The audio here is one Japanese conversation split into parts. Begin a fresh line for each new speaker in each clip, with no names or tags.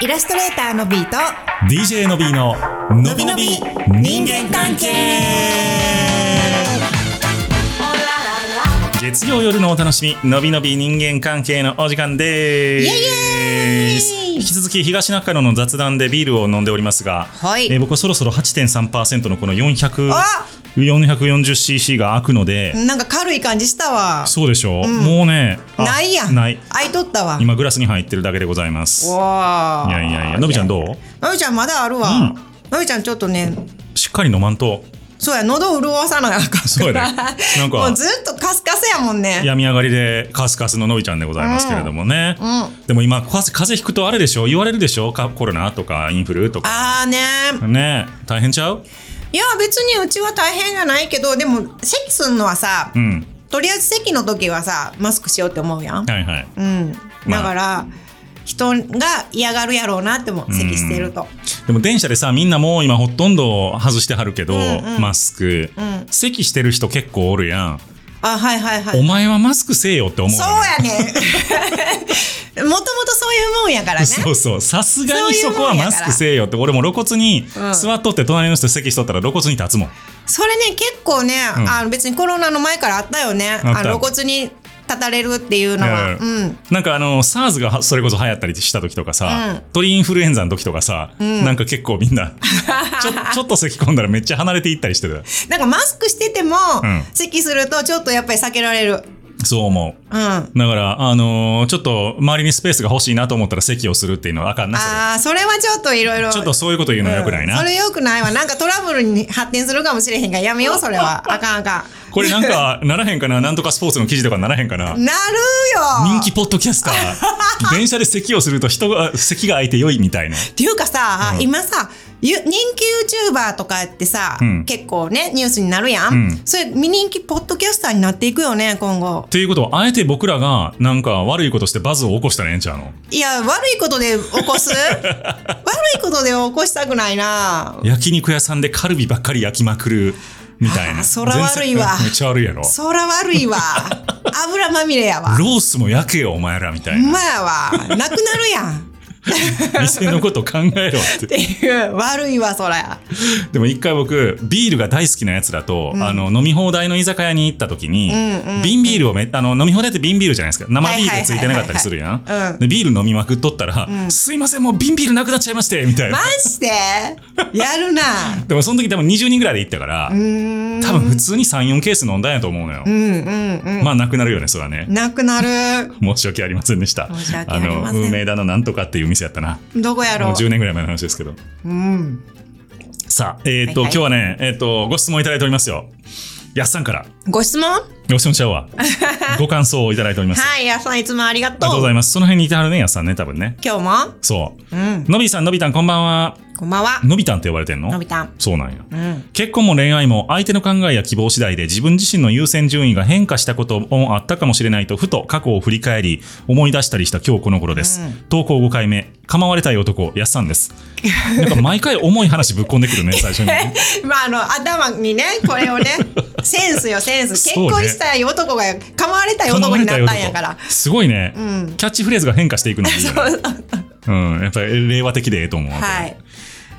イラストレーターのビーと
DJ のびーののびのび人間関係月曜夜のお楽しみのびのび人間関係のお時間です
イエイ
引き続き東中野の雑談でビールを飲んでおりますが、
はい
えー僕はそろそろ8.3%のこの400
あ
440cc が開くので、
なんか軽い感じしたわ
そうでしょう、もうねあ
ないやん
ない
あいとったわ
今グラスに入ってるだけでございます
わ
いやいやいやのびちゃんどう
のびちゃんまだあるわ、
うん
のびちゃんちょっとね
しっかり飲まんと
そうや喉潤わさなあかんから
そうやねなんか
もうずっとカスカスやもんね
病み上がりでカスカスののびちゃんでございますけれどもね、
う
でも今風風邪ひくとあれでしょ言われるでしょかコロナとかインフルとか
あーね
ねえ大変ちゃう
いや別にうちは大変じゃないけどでも席すんのはさ、
うん
とりあえず席の時はさマスクしようって思うやん、
はいはい
うん
ま
だ
あ
から、人が嫌がるやろうなっても席してると
でも電車でさみんなもう今ほとんど外してはるけど、
うんうん
マスク、
うん
咳してる人結構おるやん、
あはいはいはい
お前はマスクせえよって思うよ
そうやねん もともとそういうもんやからね
そうそうさすがにそこは
そういうもんや
マ
から
スクせえよって俺も露骨に座っとって隣の人席しとったら露骨に立つもん
それね結構ね、
うん
あの別にコロナの前からあったよね
あった
あの露骨に立たれるっていうのは、
うん
うん
なんかあの SARS がはそれこそ流行ったりした時とかさ、
う
鳥インフルエンザの時とかさ、なんか結構み んなちょちょっと咳込んだらめっちゃ離れていったりしてた
なんかマスクしてても、
うん
咳するとちょっとやっぱり避けられる
そう思う
うんあ
だからあのーちょっと周りにスペースが欲しいなと思ったら咳をするっていうのはあかんなそれ
あーそれはちょっといろいろ
ちょっとそういうこと言うのはよくないな、
それよくないわなんかトラブルに発展するかもしれへんからやめようそれ はあかんあか
これなんかならへんかななんとかスポーツの記事とかならへんかな ん
なるよ
人気ポッドキャスタ ー電車で咳をすると人が咳が空いて良いみたいな
っていうかさ、
うん
今さゆ人気 YouTuber とかってさ、
うん
結構ねニュースになるやん、
うん
それ未人気ポッドキャスターになっていくよね今後
ということはあえて僕らがなんか悪いことしてバズを起こしたらええんちゃうの
いや悪いことで起 こす悪いことで起こしたくないな
焼肉屋さんでカルビばっかり焼きまくるみたい
あー
な。
そら悪いわ
全然めっちゃ悪いやろ。
そら悪 いわ油まみれやわ
ロースも焼けよ、お前らみた
う
いな。
まやわなくなるやんっ
店のこと考えろって
いう悪いわそら
て。でも一回僕、ビールが大好きなやつらと、あの、飲み放題の居酒屋に行った時に、
うんうん
瓶ビールをめ、あの、飲み放題って瓶ビールじゃないですか。生ビールついてなかったりするや
はいはいはいはいうん
ん。で、ビール飲みまくっとったら、すいません、もう瓶ビールなくなっちゃいまして、みたい
マ
な。
ジでやるな
でもその時多分20人ぐらいで行ったから、
うーん
多分普通に3、4ケース飲んだんやと思うのよ
う。んうんうん
まあ、なくなるよね、そらね。
なくなる
申し訳ありませんでした。
申し訳ありません
の、運命だのなんとかっていう店やったな。
どこやろ
もう
う
10年ぐらい前の話ですけど。
うん
さあ、えっ、と、
はいはい
今日はね、えっ、と、ご質問いただいておりますよ。やっさんから、
ご質問
ご質問ちゃうわ。 ご感想をいただいております。あ
はい、やさんいつもありがとう。
りがとうございます。その辺にいてはるね、やっさんね、多分ね。
今日も
そうう。
ん。
のびさん、のびたん、こんばんは。
こんばんは。
のびたんって呼ばれてんの
のびたん。
そうなんや。
うん。
結婚も恋愛も相手の考えや希望次第で自分自身の優先順位が変化したこともあったかもしれないとふと過去を振り返り思い出したりした今日この頃です、投稿5回目構われたい男やっさんです なんか毎回重い話ぶっこんでくるね最初にね
まあ、あの、頭にね、これを ね、センスよ、センス。結
そうね
婚したい男が、構われたい男になったんやから。
すごいね、
うん
キャッチフレーズが変化してい くのがいいよねうん、やっぱり令和的でええと思う、
はい。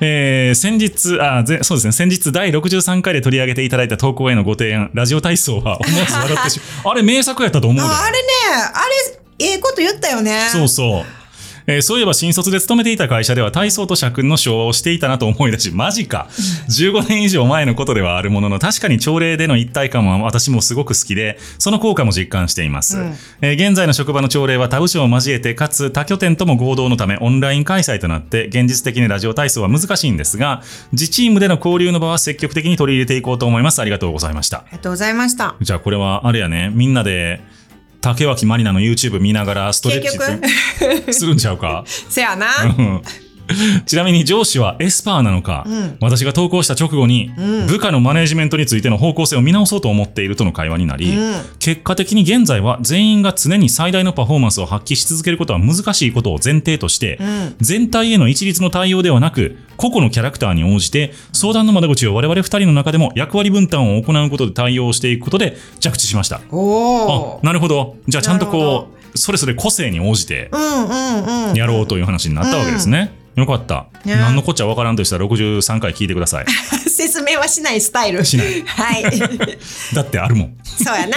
えー先日あぜ、そうですね、先日第63回で取り上げていただいた投稿へのご提案、ラジオ体操は思わず笑ってし まう。あれ、名作やったと思うで。
ああれね、あれ、ええこと言ったよね。
そうそう。えーそういえば新卒で勤めていた会社では体操と社訓の昭和をしていたなと思い出し、マジか。15年以上前のことではあるものの、確かに朝礼での一体感は私もすごく好きで、その効果も実感しています。
うん
えー現在の職場の朝礼は他部署を交えて、かつ他拠点とも合同のためオンライン開催となって、現実的にラジオ体操は難しいんですが、自チームでの交流の場は積極的に取り入れていこうと思います。ありがとうございました
あ。りがとうございました。
じゃあこれはあれやね、みんなで竹脇まりなの YouTube 見ながらストレッチするするんちゃうか。
せやな。
うんちなみに上司はエスパーなのか、
うん
私が投稿した直後に、
うん
部下のマネージメントについての方向性を見直そうと思っているとの会話になり、
うん
結果的に現在は全員が常に最大のパフォーマンスを発揮し続けることは難しいことを前提として、
うん
全体への一律の対応ではなく個々のキャラクターに応じて相談の窓口を我々2人の中でも役割分担を行うことで対応していくことで着地しました。
お
あ
お。
なるほどじゃあちゃんと
なるほ
こ
ど
うそれぞれ個性に応じて
うんうんうん。
やろうという話になったわけですね。よかった。
ね
何のこっちゃわからんとしたら63回聞いてくだ さい。
説明はしないスタイル。
しない
はい。
だってあるもん。
そうやな。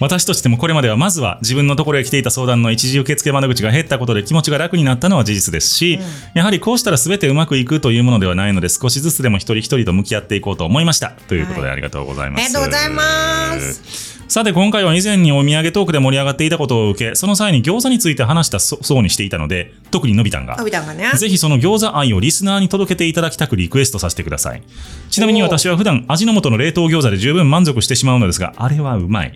私としてもこれまではまずは自分のところへ来ていた相談の一時受付窓口が減ったことで気持ちが楽になったのは事実ですし、やはりこうしたら全てうまくいくというものではないので少しずつでも一人一人と向き合っていこうと思いましたということで
はい
ありがとうございます、
ありがとうございます
さて今回は以前にお土産トークで盛り上がっていたことを受けその際に餃子について話したそそうにしていたので特にのびたんが
飛びたんがね。
ぜひその餃子愛をリスナーに届けていただきたくリクエストさせてください。ちなみに
おー
私は普段味の素の冷凍餃子で十分満足してしまうのですが、あれはうまい。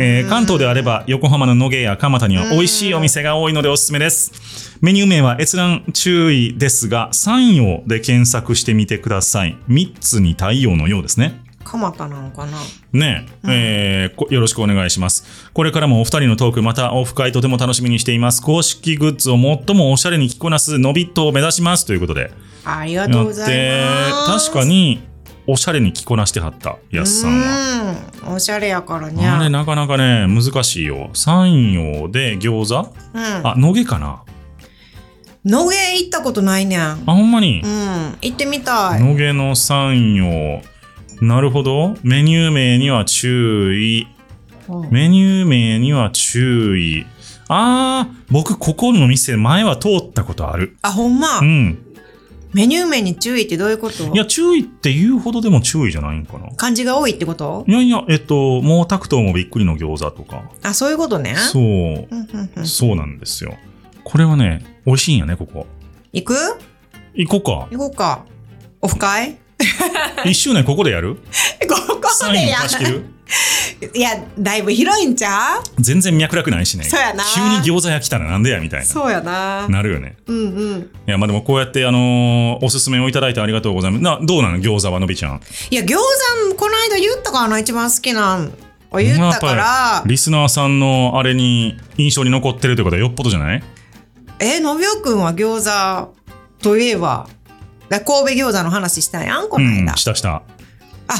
えー関東であれば横浜の野毛や蒲田には美味しいお店が多いのでおすすめです。メニュー名は閲覧注意ですが、山陽で検索してみてください。3つに太陽のようですね。
蒲田なのかな。
ねえ、えーこよろしくお願いします。これからもお二人のトーク、またオフ会とても楽しみにしています。公式グッズを最もおしゃれに着こなすのびっとを目指しますということで。
ありがとうございます。
確かに、おしゃれに着こなしてはった、やすさんは。
うん。おしゃれやからね。
あれ、なかなかね、難しいよ。山陽で餃子
うん。
あ、野毛かな
野毛行ったことないねん。うん。
あ、ほんまに。
行ってみたい。
野毛の山陽。なるほど。メニュー名には注意。
うん
メニュー名には注意。あー、僕、ここの店、前は通ったことある。
あ、ほんま
う。ん。
メニュー名に注意ってどういうこと
いや、注意って言うほどでも注意じゃないんかな。い
漢字が多いってこと
やいや、えっと、毛沢東もびっくりの餃子とか。
あ、そういうことね。
そう
う。んうんうん
そうなんですよ。これはね、美味しいんやね、ここ。
行く
行こう
行こうか。オフ会
か。一周年ここでやる
ここ
サイ
で
ン
や
貸し切る
いや、だいぶ広いんちゃう
全然脈絡ないしね。
そうやな
急に餃子屋来たらなんでやみたいな。
そうやな。
なるよね。
うんうん。
いや、まあでもこうやって、あのーおすすめをいただいてありがとうございます。な、どうなの餃子はのびちゃん。
いや、餃子、この間言ったかな一番好きなん。お言ったから。
リスナーさんのあれに印象に残ってるってことはよっぽどじゃない
え、のびおくんは餃子といえば、だ神戸餃子の話したやんこ
う
の
ん
間。、
したした。
あ、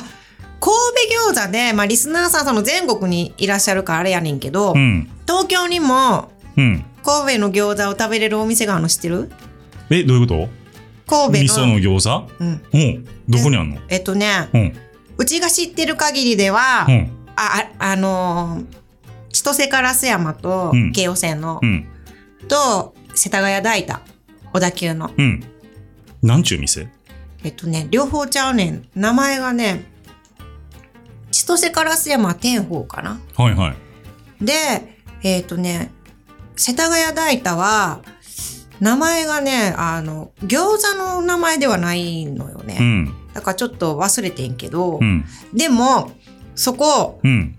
神戸餃子で、まあリスナーさんその全国にいらっしゃるからあれやねんけど、
うん。
東京にも
うん。
神戸の餃子を食べれるお店があるの知ってる
え、どういうこと
神
味
戸
噌
の
の餃子
うん。
うん。どこにあんの
えっとね、
うん。
うちが知ってる限りでは、
うん。
あ、あ、あのー千歳から須山と
うん
京王線の、
うん。
と世田谷代田小田急の
うん。なんちゅう店
えっとね両方ちゃうねん名前がね千歳から須山は天宝かな
はいはい。
でえっとね世田谷代田は名前がねあの餃子の名前ではないのよ
う
ね、
ん。
だからちょっと忘れてんけど、
うん。
でもそこ
うん。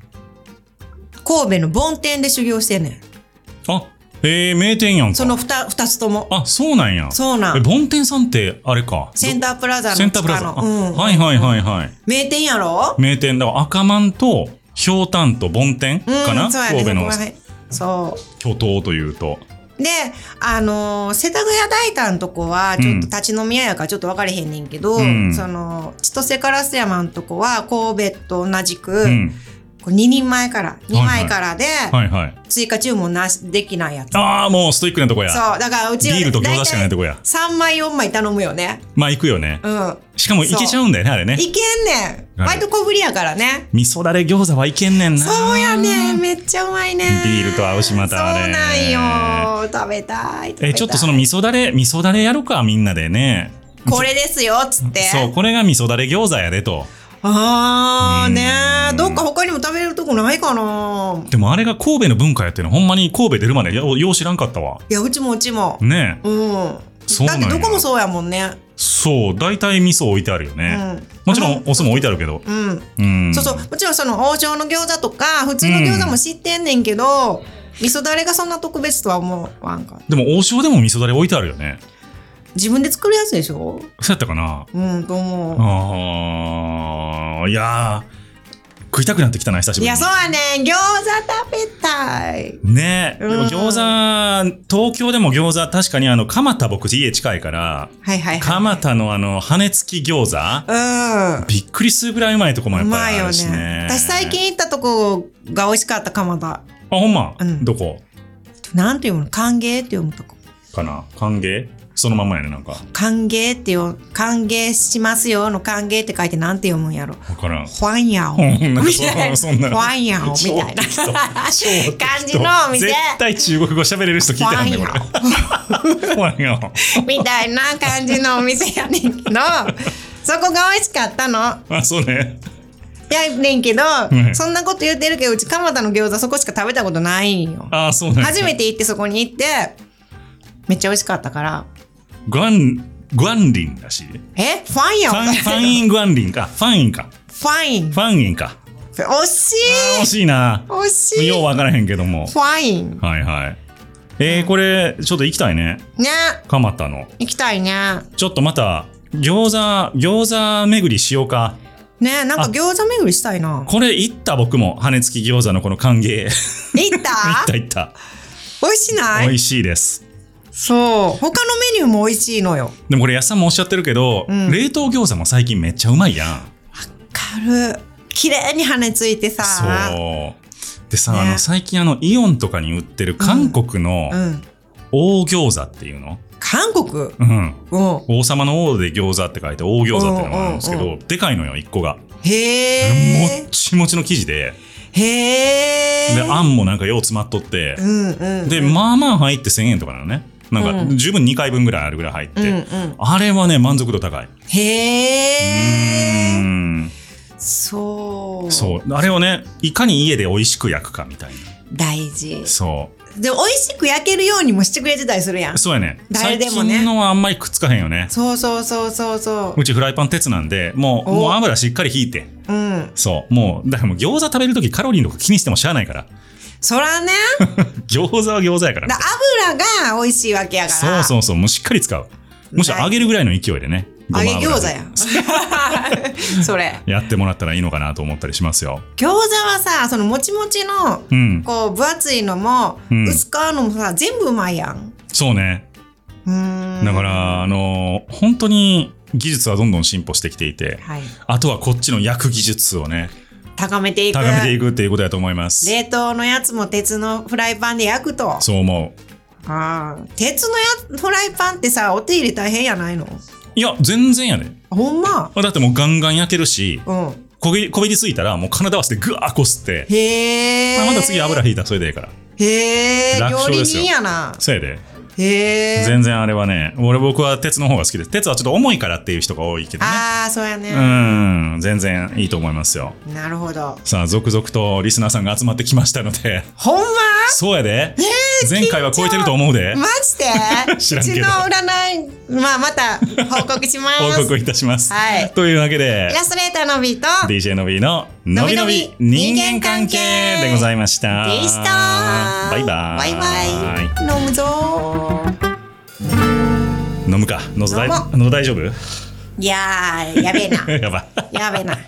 神戸の盆店で修行してんねん
あ、えー、名店やんか。
その 2, 二つとも
あ、そうなんや。
そうなん
え、盆店さんって、あれか。
センタープラザの
センタープラザ。
地下
あ
のうん、
はいはいはいはい。
名店やろ
名店だから赤マンと、ひょうたんと盆店
うん
かな、
そうやね
神戸の
そこら辺そ
巨頭というと。
うであのー世田谷大田のとこはちょっと立ち飲み屋やからちょっと分かれへんねんけど、
うん
その千歳烏山のとこは神戸と同じく、
うん。
こう2人前から2枚からで
はいはい。
追加注文なしできないやつ、
ああ、もうストイックなとこや。
そうだからうちは
ビールと餃子しかないと
こ
こや。
3枚4枚頼むよね
まあ行くよね。
うん
しかも行けちゃうんだよね、あれね。
いけんねん
はい
割と小ぶりやからね
味噌だれ餃子はいけんねんな。
そうやねんめっちゃうまいねん
ビールと合うしまたあれ
そうなんよ食べたい食べたい
え、ちょっとその味噌だれ、味噌だれやろか、みんなでね。
これですよっつって
そう、これが味噌だれ餃子やでと。
あーね
う
ー
ん
どっか他にも食べれるとこないかな
でもあれが神戸の文化やっていうの、ほんまに神戸出るまでよよう知らんかったわ。
いやうちもうちも
ねえ。
うん
そう
だ
な
っ
ん
て
や
どこもそうやもんね
そう、大体味噌置いてあるよね。
うん
もちろんお酢も置いてあるけど。
うん
うん。
そうそうもちろんその王将の餃子とか普通の餃子も知ってんねんけど、味噌だれがそんな特別とは思わんか
でも王将でも味噌だれ置いてあるよね。
自分で作るやつでしょ
そうやったかな
うんと思う
あー、いやー、食いたくなってきたな、久し
い
ぶり
や
に
そう。やねん餃子食べたい
ねえ、でも
うん
餃子、東京でも餃子、確かにあの、蒲田僕家近いから、
はいはいはい
蒲田のあの、羽根付き餃子、
うん
びっくりするぐらいうまいとこもや
う
っ
ま
ぱ
い
りあ
よ
るしね。
ね私最近行ったとこが美味しかった蒲田
あ、ほんま、
うん
どこ
なんて読むの歓迎って読むとこ。
かな歓迎そのまんまやね、なんか。
歓迎ってよ、歓迎しますよの歓迎って書いてなんて読むんやろ。
わからん。
ファンヤオ。
うんなんか
み
そん
たいな。フ
そんな
ァンヤオみたいな感じのお店。
絶対中国語喋れる人聞いてはんねん、これ。ワン ヤオ。
みたいな感じのお店やねんけど、そこが美味しかったの。
あ、そうね。
やねんけど、
ん
そんなこと言ってるけど、うち蒲田の餃子そこしか食べたことないんよ。
あ、そうね。
初めて行ってそこに行って、めっちゃ美味しかったから、
ガン、ガンリンだし。
えファンや
フ
ん
ァン、ファンインガンリンか。ファンインか。
ファイン。
ファンインか。
惜し
あ惜しいな。
い惜しい
ようわからへんけども。
ファイン。
はいはい。えー、これ、ちょっと行きたいね。
ね。
蒲田の。
行きたいね。
ちょっとまた、餃子、餃子巡りしようか。
ねなんか餃子巡りしたいな。
これ行った僕も、羽根付き餃子のこの歓迎。
行った
行った行った。
美味しな
美
い
味しいです。
そう。他のメニューも美味しいのよ。
でもこれ、安さんもおっしゃってるけど、
うん
冷凍餃子も最近めっちゃうまいやん。
軽い。綺麗に羽根ついてさ。
そう。でさ、
ね
あの、最近あの、イオンとかに売ってる韓国の
うん。
大餃子っていうの、
韓国
うん。
うん。
王様の王で餃子って書いて大餃子ってのがあるんですけ
うんう
ど、でかいのよ、一個が。
へ
もっ
え。
ちもちの生地で、
へえ。
で、あんもなんかよう詰まっとって
う、んうん。
で、まあまあ入って1000円とかなのね。なん
う
か、十分2回分ぐらいあるぐらい入っ
うんう
て。
ん。
あれはね、満足度高い。うー
へえ。
ん。
そう。
そう。あれをね、いかに家で美味しく焼くかみたい
大事
な。。そ
で、美味しく焼けるようにもしてくれてたりするやん
う。。そうやね。
誰
最
でもね
近のはあんまりくっつかへんよね。
そうそうそうそうそう
ちフライパン鉄なんで、もう、
お
もう油しっかり引いて。
う。うん。
そう。もう、だからもう餃子食べるときカロリーのこと気にしてもしゃあないから。
そらね、
餃子は餃子やから。
だ油が美味しいわけやか
そ
ら。
うそうそう、もうしっかり使う。むしろ揚げるぐらいの勢いでね。ご
揚
ま
げ
油
餃子
で
やん。 それ。
やってもらったらいいのかなと思ったりしますよ。
餃子はさ、そのもちもちの、
うん。
こう、分厚いのも、
うん
薄皮のもさ、全部うまいやん。
そうね。
うーん。
だから、あのー本当に技術はどんどん進歩してきていて、
はい。
あとはこっちの焼く技術をね、
高めていく。
高めていくっていうことだと思います。
冷凍のやつも鉄のフライパンで焼くと。
そう思う。
あー鉄のやフライパンってさ、お手入れ大変やないの
いや、全然やで。
ほんま。
だってもうガンガン焼けるし、
うん。
焦げ焦げりついたらもう体合わせてぐわーこすって、
へえ。
まあまた次油引いたらそれでいいから。
へえ。
楽
料
勝
理
ですよ
人やな。
そやで。
へえ。
全然あれはね、俺僕は鉄の方が好きです。鉄はちょっと重いからっていう人が多いけどね。
ああ、そうや
う
ね。
ん、全然いいと思いますよ。
なるほど。
さあ、続々とリスナーさんが集まってきましたので、
ほんま
そうやで、
えー
前回は超えてると思うで、
マジで
知らんけど
うちの占い、まあ、また報告しま
報
す。
告いたします。
はい
というわけで
イ、ラストレーターのビート
DJ のびの、の
の
び
び
の
の
び
び
人間関係でございました。
でした。
バイバ
バ
イ。
イバイ。飲むぞー。
飲むか。喉大
飲も
喉大丈夫
いやー、やべえな。
やばい。
やべえな。